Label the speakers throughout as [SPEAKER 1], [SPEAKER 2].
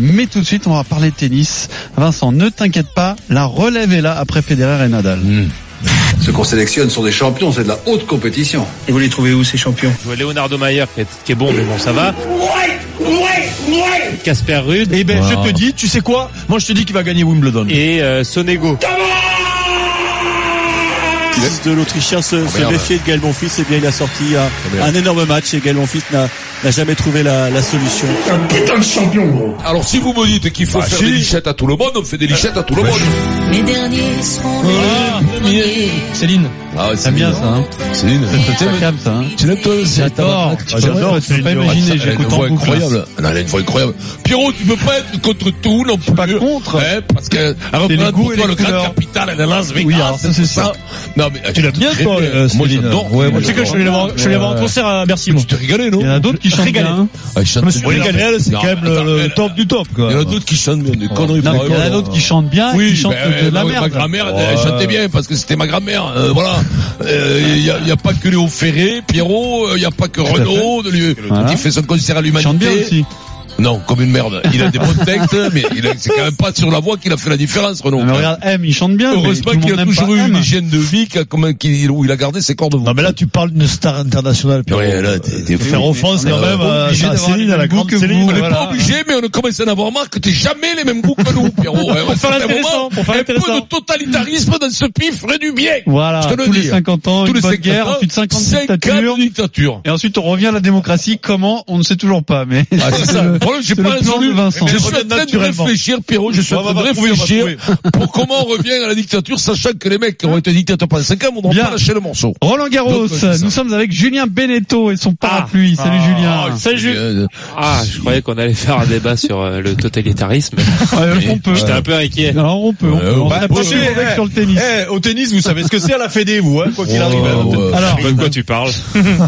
[SPEAKER 1] Mais tout de suite, on va parler de tennis. Vincent, ne t'inquiète pas, la relève est là après Federer et Nadal.
[SPEAKER 2] Ceux qu'on sélectionne sont des champions, c'est de la haute compétition.
[SPEAKER 3] Et vous les trouvez où ces champions
[SPEAKER 4] Je vois Leonardo Mayer qui est, qui est bon, mais bon, ça va. Casper Rude
[SPEAKER 5] Eh ben, je te dis, tu sais quoi Moi, je te dis qu'il va gagner Wimbledon.
[SPEAKER 4] et euh, Sonego.
[SPEAKER 6] fils de l'Autrichien se, se
[SPEAKER 2] merde.
[SPEAKER 6] méfier de Gaël Monfils et bien il a sorti un,
[SPEAKER 2] merde.
[SPEAKER 6] un énorme match et Gaël Monfils n'a n'a jamais trouvé la, la solution.
[SPEAKER 7] Alors si vous me dites qu'il faut
[SPEAKER 1] Bah,
[SPEAKER 7] faire des lichettes à tout le monde, on fait des lichettes à tout le monde.
[SPEAKER 8] Les derniers seront
[SPEAKER 5] Ah,
[SPEAKER 8] les premiers.
[SPEAKER 5] Céline.
[SPEAKER 7] Ah, c'est
[SPEAKER 1] T'aimes bien ça, hein
[SPEAKER 7] Céline.
[SPEAKER 1] C'est calme, ça, hein
[SPEAKER 7] Tu l'aimes toi aussi
[SPEAKER 5] J'adore.
[SPEAKER 1] Ah,
[SPEAKER 5] J'adore. Tu peux pas imaginer.
[SPEAKER 7] Elle a une
[SPEAKER 5] J'écoute
[SPEAKER 7] voix
[SPEAKER 5] en boucle.
[SPEAKER 7] incroyable. Elle a une voix incroyable. Pierrot, tu peux pas être contre tout non plus.
[SPEAKER 1] pas contre.
[SPEAKER 7] Ouais, parce que elle
[SPEAKER 1] les
[SPEAKER 7] représente
[SPEAKER 1] goûts
[SPEAKER 7] pour
[SPEAKER 1] et
[SPEAKER 7] toi
[SPEAKER 1] les
[SPEAKER 7] le grand
[SPEAKER 1] couleurs.
[SPEAKER 7] capital, elle est Las Vegas.
[SPEAKER 1] Oui, alors ça, c'est ça.
[SPEAKER 7] Non, mais
[SPEAKER 5] Tu l'as bien,
[SPEAKER 7] très
[SPEAKER 5] toi,
[SPEAKER 7] bien.
[SPEAKER 5] euh,
[SPEAKER 7] Moi,
[SPEAKER 5] Céline.
[SPEAKER 7] j'adore. Moi,
[SPEAKER 5] Ouais, moi, je tu sais que je
[SPEAKER 7] j'adore.
[SPEAKER 5] vais aller voir, je vais aller voir en concert à Bercy.
[SPEAKER 7] Tu t'es régalé, non
[SPEAKER 1] Il y en a d'autres qui chantent
[SPEAKER 5] Régalé.
[SPEAKER 1] bien. hein.
[SPEAKER 7] Ah, ils chantent
[SPEAKER 5] Monsieur
[SPEAKER 7] bien.
[SPEAKER 5] Régalé, c'est
[SPEAKER 7] Non,
[SPEAKER 5] quand même
[SPEAKER 7] mais attends,
[SPEAKER 5] le
[SPEAKER 7] elle-
[SPEAKER 5] le top du top, quoi.
[SPEAKER 7] Il y en a d'autres qui chantent bien, des conneries.
[SPEAKER 1] Non, mais il y en a d'autres qui chantent bien, et qui
[SPEAKER 7] Oui,
[SPEAKER 1] chantent
[SPEAKER 7] ben,
[SPEAKER 1] de la
[SPEAKER 7] ben oui, ma
[SPEAKER 1] merde.
[SPEAKER 7] grand-mère, elle chantait bien parce que c'était ma grand-mère. euh, voilà. Il n'y a, y a pas que Léo Ferré, Pierrot, il n'y a pas que Renaud, de lui,
[SPEAKER 1] Voilà.
[SPEAKER 7] qui fait son concert à
[SPEAKER 1] Ils chantent bien
[SPEAKER 7] l'humanité.
[SPEAKER 1] aussi.
[SPEAKER 7] Non, comme une merde. Il a des bons textes, mais il a- c'est quand même pas sur la voix qu'il a fait la différence, Renaud.
[SPEAKER 1] Mais regarde, M, ils chantent bien. mais
[SPEAKER 7] Heureusement
[SPEAKER 1] tout le
[SPEAKER 7] qu'il
[SPEAKER 1] monde
[SPEAKER 7] a
[SPEAKER 1] n'aime
[SPEAKER 7] toujours
[SPEAKER 1] pas
[SPEAKER 7] eu une
[SPEAKER 1] M.
[SPEAKER 7] hygiène de vie qui a- comment- qui- où il a gardé ses cordes de voix.
[SPEAKER 5] Non, mais là, tu parles d'une star internationale, Pierrot.
[SPEAKER 7] Ouais, là, t'es- t'es
[SPEAKER 5] Euh,
[SPEAKER 7] fou.
[SPEAKER 5] Faire offense,
[SPEAKER 7] On est
[SPEAKER 5] quand même,
[SPEAKER 7] pas
[SPEAKER 5] à
[SPEAKER 6] euh,
[SPEAKER 7] obligé
[SPEAKER 5] à
[SPEAKER 7] d'avoir
[SPEAKER 5] Céline, à la grande
[SPEAKER 1] que vous,
[SPEAKER 5] Céline.
[SPEAKER 7] On n'est
[SPEAKER 5] voilà.
[SPEAKER 7] pas obligé, mais on commence à en avoir marre que t'es jamais les mêmes goûts que nous, Pierrot. Ouais,
[SPEAKER 5] Pour faire
[SPEAKER 7] à un certain
[SPEAKER 5] l'intéressant,
[SPEAKER 7] moment,
[SPEAKER 5] pour faire
[SPEAKER 7] un peu
[SPEAKER 5] l'intéressant.
[SPEAKER 7] de totalitarisme dans ce pif ferait du bien.
[SPEAKER 1] Voilà,
[SPEAKER 7] Je te le
[SPEAKER 1] tous les
[SPEAKER 7] dis.
[SPEAKER 1] 50 ans, une bonne guerre, ensuite 50 dictatures.
[SPEAKER 7] dictatures.
[SPEAKER 1] Et ensuite, on revient à la démocratie. Comment On ne sait toujours pas, mais
[SPEAKER 7] Ah, c'est ça. Le problème, j'ai
[SPEAKER 1] c'est
[SPEAKER 7] pas
[SPEAKER 1] le plan
[SPEAKER 7] résolu.
[SPEAKER 1] de Vincent.
[SPEAKER 7] Je
[SPEAKER 5] Mais
[SPEAKER 7] suis en train de
[SPEAKER 5] naturellement.
[SPEAKER 7] réfléchir, Pierrot, je suis en
[SPEAKER 5] On va
[SPEAKER 7] train de
[SPEAKER 5] trouver, on va
[SPEAKER 7] réfléchir pour comment on revient à la dictature, sachant que les mecs qui ont été dictateurs pendant 5 ans vont
[SPEAKER 1] Bien.
[SPEAKER 7] pas lâcher le morceau.
[SPEAKER 1] Roland Garros,
[SPEAKER 7] Donc, ouais, c'est ça. Ah.
[SPEAKER 1] nous sommes avec Julien Beneteau et son parapluie. Salut Julien.
[SPEAKER 7] Salut,
[SPEAKER 4] Oh,
[SPEAKER 7] Julien.
[SPEAKER 4] Ah, je croyais qu'on allait faire un débat sur euh, le totalitarisme.
[SPEAKER 1] Ouais, Ah, on peut.
[SPEAKER 4] J'étais un peu inquiet.
[SPEAKER 1] Non, on peut, on peut.
[SPEAKER 7] Ouais,
[SPEAKER 1] On
[SPEAKER 7] bah,
[SPEAKER 1] a
[SPEAKER 5] bon,
[SPEAKER 1] pas fait
[SPEAKER 5] eh,
[SPEAKER 1] le mec sur le tennis.
[SPEAKER 5] Eh, au tennis, vous savez ce que c'est à la Fédé, vous, hein, quoi qu'il arrive.
[SPEAKER 1] Alors,
[SPEAKER 4] De quoi tu parles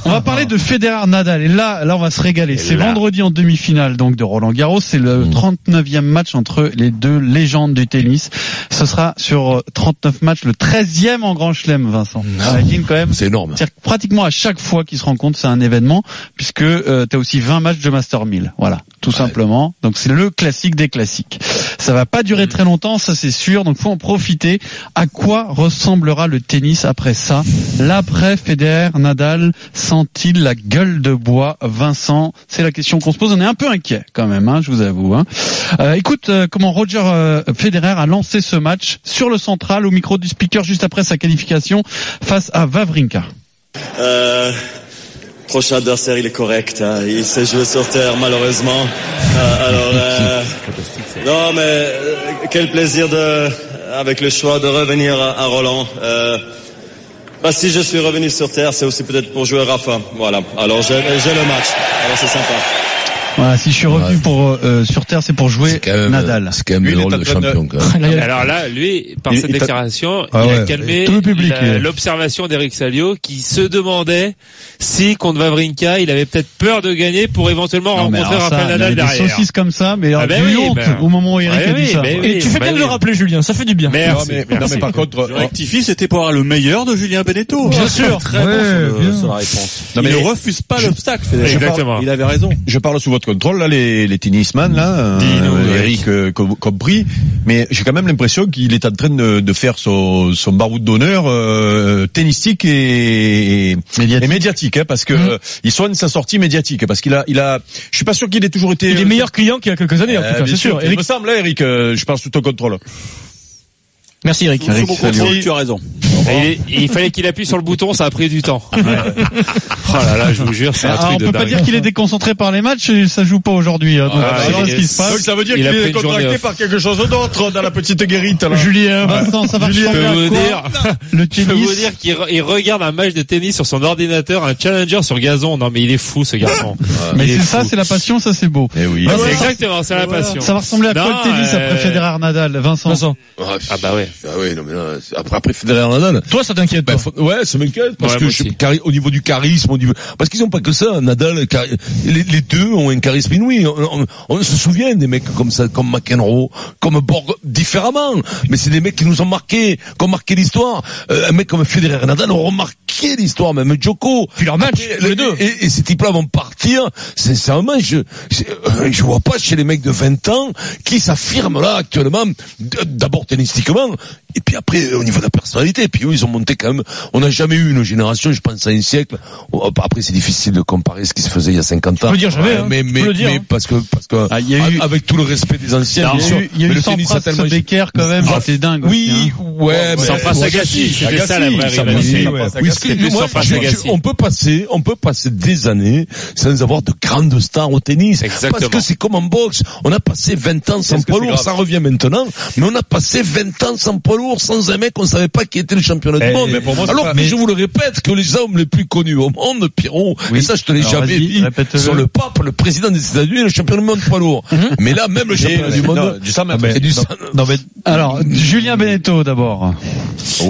[SPEAKER 1] on va parler de Federer Nadal. Et là, là, on va se régaler. C'est
[SPEAKER 4] là.
[SPEAKER 1] vendredi en demi-finale, donc, de Roland Garros. C'est le 39e match entre les deux légendes du tennis. Ce sera sur euh, 39 matchs, le 13e en Grand Chelem, Vincent. Imagine quand même.
[SPEAKER 7] C'est énorme.
[SPEAKER 1] C'est-à-dire que pratiquement à chaque fois qu'ils se rencontrent, c'est un événement, puisque tu as aussi 20 matchs de Master 1000. Voilà, tout simplement. Donc c'est le classique des classiques. Ça va pas durer très longtemps, ça c'est sûr, donc faut en profiter. À quoi ressemblera le tennis après ça L'après Federer, Nadal, sent-il la gueule de bois Vincent, c'est la question qu'on se pose. On est un peu inquiet quand même, hein, je vous avoue. hein. Euh, écoute euh, comment Roger euh, Federer a lancé ce match sur le central au micro du speaker juste après sa qualification face à Vavrinka.
[SPEAKER 9] Euh, prochain adversaire, il est correct. hein. Il s'est joué sur terre, malheureusement. Euh, alors, euh, non, mais euh, quel plaisir de, avec le choix de revenir à, à Roland. Euh, bah, si je suis revenu sur terre, c'est aussi peut-être pour jouer Rafa. Voilà. Alors, j'ai j'ai le match. Alors, c'est sympa.
[SPEAKER 1] Voilà, si je suis revenu
[SPEAKER 7] Ouais.
[SPEAKER 1] pour euh, sur terre, c'est pour jouer
[SPEAKER 7] C'est quand même,
[SPEAKER 1] Nadal.
[SPEAKER 7] c'est quand même
[SPEAKER 5] Lui, il
[SPEAKER 7] le
[SPEAKER 5] est
[SPEAKER 7] rôle de
[SPEAKER 5] en train de-
[SPEAKER 7] champion, quand même.
[SPEAKER 4] Alors là, lui, par
[SPEAKER 5] Il-
[SPEAKER 4] cette
[SPEAKER 5] il t'a-
[SPEAKER 4] déclaration,
[SPEAKER 5] Ah
[SPEAKER 4] il a
[SPEAKER 5] ouais.
[SPEAKER 4] calmé
[SPEAKER 1] Tout le public,
[SPEAKER 4] la-
[SPEAKER 1] il est.
[SPEAKER 4] l'observation d'Eric Salio qui se demandait si contre Vavrinka, il avait peut-être peur de gagner pour éventuellement
[SPEAKER 1] Non, mais
[SPEAKER 4] rencontrer
[SPEAKER 1] alors ça,
[SPEAKER 4] Rafael
[SPEAKER 1] il y avait
[SPEAKER 4] Nadal
[SPEAKER 1] des
[SPEAKER 4] derrière.
[SPEAKER 1] saucisses comme ça, mais alors,
[SPEAKER 4] Ah ben
[SPEAKER 1] j'ai eu
[SPEAKER 4] oui,
[SPEAKER 1] honte
[SPEAKER 4] ben-
[SPEAKER 1] au moment où Eric
[SPEAKER 4] Ouais,
[SPEAKER 1] a dit
[SPEAKER 4] oui,
[SPEAKER 1] ça.
[SPEAKER 4] ben
[SPEAKER 5] Et
[SPEAKER 4] oui,
[SPEAKER 5] tu fais bien
[SPEAKER 4] ben
[SPEAKER 5] de le
[SPEAKER 4] oui.
[SPEAKER 5] rappeler, Julien, ça fait du bien.
[SPEAKER 4] Merci. merci.
[SPEAKER 5] contre,
[SPEAKER 9] rectifie, c'était pour avoir le meilleur de Julien Beneteau.
[SPEAKER 5] Bien sûr.
[SPEAKER 9] Très bon sur, le- sur la réponse. il ne refuse pas l'obstacle. Federer.
[SPEAKER 4] Exactement.
[SPEAKER 9] Il avait raison.
[SPEAKER 10] je parle sous votre contrôle là les, les tennisman là euh,
[SPEAKER 4] Dis-nous,
[SPEAKER 10] euh,
[SPEAKER 4] Eric.
[SPEAKER 10] Eric euh, Cob- Cobry mais j'ai quand même l'impression qu'il est en train de, de faire son, son baroud d'honneur euh, tennistique et, et
[SPEAKER 1] Médiatique.
[SPEAKER 10] et médiatique hein, parce que euh, il soigne sa sortie médiatique parce qu'il a il a je suis pas sûr qu'il ait toujours été
[SPEAKER 5] Il est meilleur client qu'il y a quelques années, en
[SPEAKER 10] Euh,
[SPEAKER 5] tout cas,
[SPEAKER 10] bien
[SPEAKER 5] c'est Bah, sûr.
[SPEAKER 10] il
[SPEAKER 5] Eric,
[SPEAKER 10] me semble hein, Eric euh, je parle sous ton contrôle
[SPEAKER 5] merci Eric.
[SPEAKER 9] Sous mon contrôle, tu as raison.
[SPEAKER 4] Et il, il fallait qu'il appuie sur le bouton, ça a pris du temps. oh là là, je vous jure, c'est un
[SPEAKER 1] Alors,
[SPEAKER 4] truc
[SPEAKER 1] Ah, on
[SPEAKER 4] de
[SPEAKER 1] peut pas
[SPEAKER 4] dingue.
[SPEAKER 1] dire qu'il est déconcentré par les matchs, et ça joue pas aujourd'hui. hein, donc,
[SPEAKER 4] Ah,
[SPEAKER 1] on va
[SPEAKER 4] il
[SPEAKER 1] voir
[SPEAKER 4] est-
[SPEAKER 1] ce qui se
[SPEAKER 4] Ah,
[SPEAKER 10] donc
[SPEAKER 1] passe.
[SPEAKER 10] ça veut dire
[SPEAKER 4] il
[SPEAKER 10] qu'il
[SPEAKER 4] a pris
[SPEAKER 10] est
[SPEAKER 4] une journée
[SPEAKER 10] contracté
[SPEAKER 4] off.
[SPEAKER 10] par quelque chose d'autre dans la petite guérite là.
[SPEAKER 1] Julien, Vincent, ça va
[SPEAKER 4] Je
[SPEAKER 1] ressembler
[SPEAKER 4] peux
[SPEAKER 1] à
[SPEAKER 4] vous
[SPEAKER 1] quoi,
[SPEAKER 4] dire,
[SPEAKER 1] le
[SPEAKER 4] je peux vous
[SPEAKER 1] tennis
[SPEAKER 4] dire qu'il re- il regarde un match de tennis sur son ordinateur, un challenger sur gazon. Non mais il est fou ce garçon.
[SPEAKER 1] Mais
[SPEAKER 4] Il est
[SPEAKER 1] c'est ça,
[SPEAKER 4] fou.
[SPEAKER 1] c'est la passion, ça c'est beau.
[SPEAKER 10] Eh oui
[SPEAKER 4] Ah,
[SPEAKER 1] Ah,
[SPEAKER 4] c'est
[SPEAKER 1] ouais.
[SPEAKER 4] exactement, c'est la passion.
[SPEAKER 1] Ça va ressembler à quoi
[SPEAKER 4] Non,
[SPEAKER 1] le tennis
[SPEAKER 4] euh,
[SPEAKER 1] après Federer Nadal, Vincent
[SPEAKER 5] Vincent.
[SPEAKER 7] Ah,
[SPEAKER 4] Ah bah ouais.
[SPEAKER 7] Ah oui, non, mais là, c'est- après, après Federer Nadal, finale.
[SPEAKER 5] Toi, ça t'inquiète pas.
[SPEAKER 7] Ben, faut- ouais, ça m'inquiète parce
[SPEAKER 4] Ouais,
[SPEAKER 7] que
[SPEAKER 4] moi
[SPEAKER 7] je-
[SPEAKER 4] aussi.
[SPEAKER 7] cari- au niveau du charisme, au niveau- parce qu'ils ont pas que ça. Nadal, cari- les, les deux ont un charisme inouï. On, on- on se souvient des mecs comme ça, comme McEnroe, comme Borg, différemment. Mais c'est des mecs qui nous ont marqué, qui ont marqué l'histoire. Euh, un mec comme Federer et Nadal ont marqué l'histoire, même Djoko.
[SPEAKER 5] Puis leur match,
[SPEAKER 7] Après,
[SPEAKER 5] les
[SPEAKER 7] le-
[SPEAKER 5] deux.
[SPEAKER 7] Et, et ces types-là vont partir. Sincèrement, je, je, euh, je vois pas chez les mecs de 20 ans qui s'affirment là actuellement, d- d'abord tennistiquement, et puis après euh, au niveau de la personnalité. Et puis eux, ils ont monté quand même. On n'a jamais eu une génération, je pense à un siècle. Oh, Après, c'est difficile de comparer ce qui se faisait il y a 50 ans.
[SPEAKER 5] peux dire jamais,
[SPEAKER 7] Ouais,
[SPEAKER 5] hein.
[SPEAKER 7] Mais,
[SPEAKER 5] Tu
[SPEAKER 7] mais,
[SPEAKER 5] peux le dire,
[SPEAKER 7] mais
[SPEAKER 5] hein.
[SPEAKER 7] parce que, parce que,
[SPEAKER 1] Ah, il y a eu-
[SPEAKER 7] avec tout le respect des anciens,
[SPEAKER 1] Il
[SPEAKER 7] bien
[SPEAKER 1] y
[SPEAKER 7] sûr.
[SPEAKER 1] a eu, il y a
[SPEAKER 7] mais
[SPEAKER 1] eu
[SPEAKER 7] le tennis a
[SPEAKER 1] Sampras
[SPEAKER 7] tellement.
[SPEAKER 1] Becker quand même,
[SPEAKER 7] Ah,
[SPEAKER 1] c'était dingue. aussi,
[SPEAKER 7] Oui,
[SPEAKER 1] hein.
[SPEAKER 7] ouais, mais-
[SPEAKER 4] Sampras Agassi, c'était ça la vraie
[SPEAKER 7] Agassi,
[SPEAKER 4] rivalité.
[SPEAKER 7] Sampras
[SPEAKER 4] Oui,
[SPEAKER 7] Agassi.
[SPEAKER 4] c'était plus
[SPEAKER 7] Moi,
[SPEAKER 4] Sampras
[SPEAKER 7] je- je-
[SPEAKER 4] Agassi.
[SPEAKER 7] On peut passer, on peut passer des années sans avoir de grandes stars au tennis.
[SPEAKER 4] Exactement.
[SPEAKER 7] Parce que c'est comme en boxe. On a passé 20 ans sans poids lourd. Ça revient maintenant. Mais on a passé 20 ans sans poids lourd, sans un mec. On savait pas qui était le championnat du
[SPEAKER 10] Eh,
[SPEAKER 7] monde.
[SPEAKER 10] mais pour moi, c'est
[SPEAKER 7] Alors
[SPEAKER 10] pas-
[SPEAKER 7] que
[SPEAKER 10] mais-
[SPEAKER 7] je vous le répète que les hommes les plus connus au monde, Pierrot,
[SPEAKER 1] Oui.
[SPEAKER 7] et ça, je te l'ai
[SPEAKER 1] Alors,
[SPEAKER 7] jamais
[SPEAKER 1] vas-y,
[SPEAKER 7] dit,
[SPEAKER 1] répète-le.
[SPEAKER 7] sont le pape, le président des États-Unis et le champion du monde poids lourd. Mais là, même le championnat du monde. Ah,
[SPEAKER 10] du 100 mètres.
[SPEAKER 7] c'est du-
[SPEAKER 1] Alors, Julien Ben Beneteau d'abord.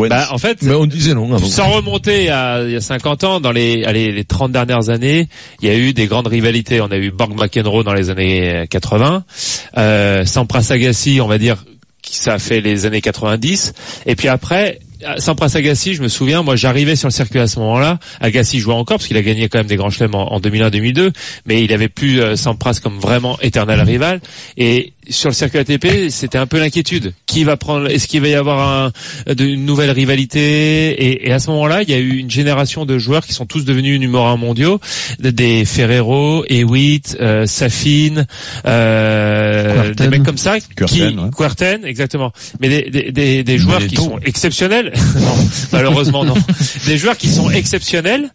[SPEAKER 4] Bah, en fait,
[SPEAKER 7] Mais on disait non avant.
[SPEAKER 4] Sans remonter à il y a 50 ans, dans les, allez, les 30 dernières années, il y a eu des grandes rivalités. On a eu Borg McEnroe dans les années euh, 80, euh, Sampras Agassi, on va dire, qui ça a fait les années 90. Et puis après, à Sampras Agassi, je me souviens, moi j'arrivais sur le circuit à ce moment-là. Agassi jouait encore parce qu'il a gagné quand même des grands chelems en, en 2001-2002, mais il avait plus euh, Sampras comme vraiment éternel rival. Et sur le circuit ATP, c'était un peu l'inquiétude. Qui va prendre Est-ce qu'il va y avoir un, de- une nouvelle rivalité et, et à ce moment-là, il y a eu une génération de joueurs qui sont tous devenus numéro un mondiaux, de- des Ferrero, Hewitt, euh, Safin, euh,
[SPEAKER 1] Kuerten.
[SPEAKER 4] des mecs comme ça, qui,
[SPEAKER 10] Kuerten, ouais.
[SPEAKER 4] Kuerten, exactement. Mais des, des, des, des joueurs qui sont exceptionnels, non, malheureusement non, des joueurs qui sont exceptionnels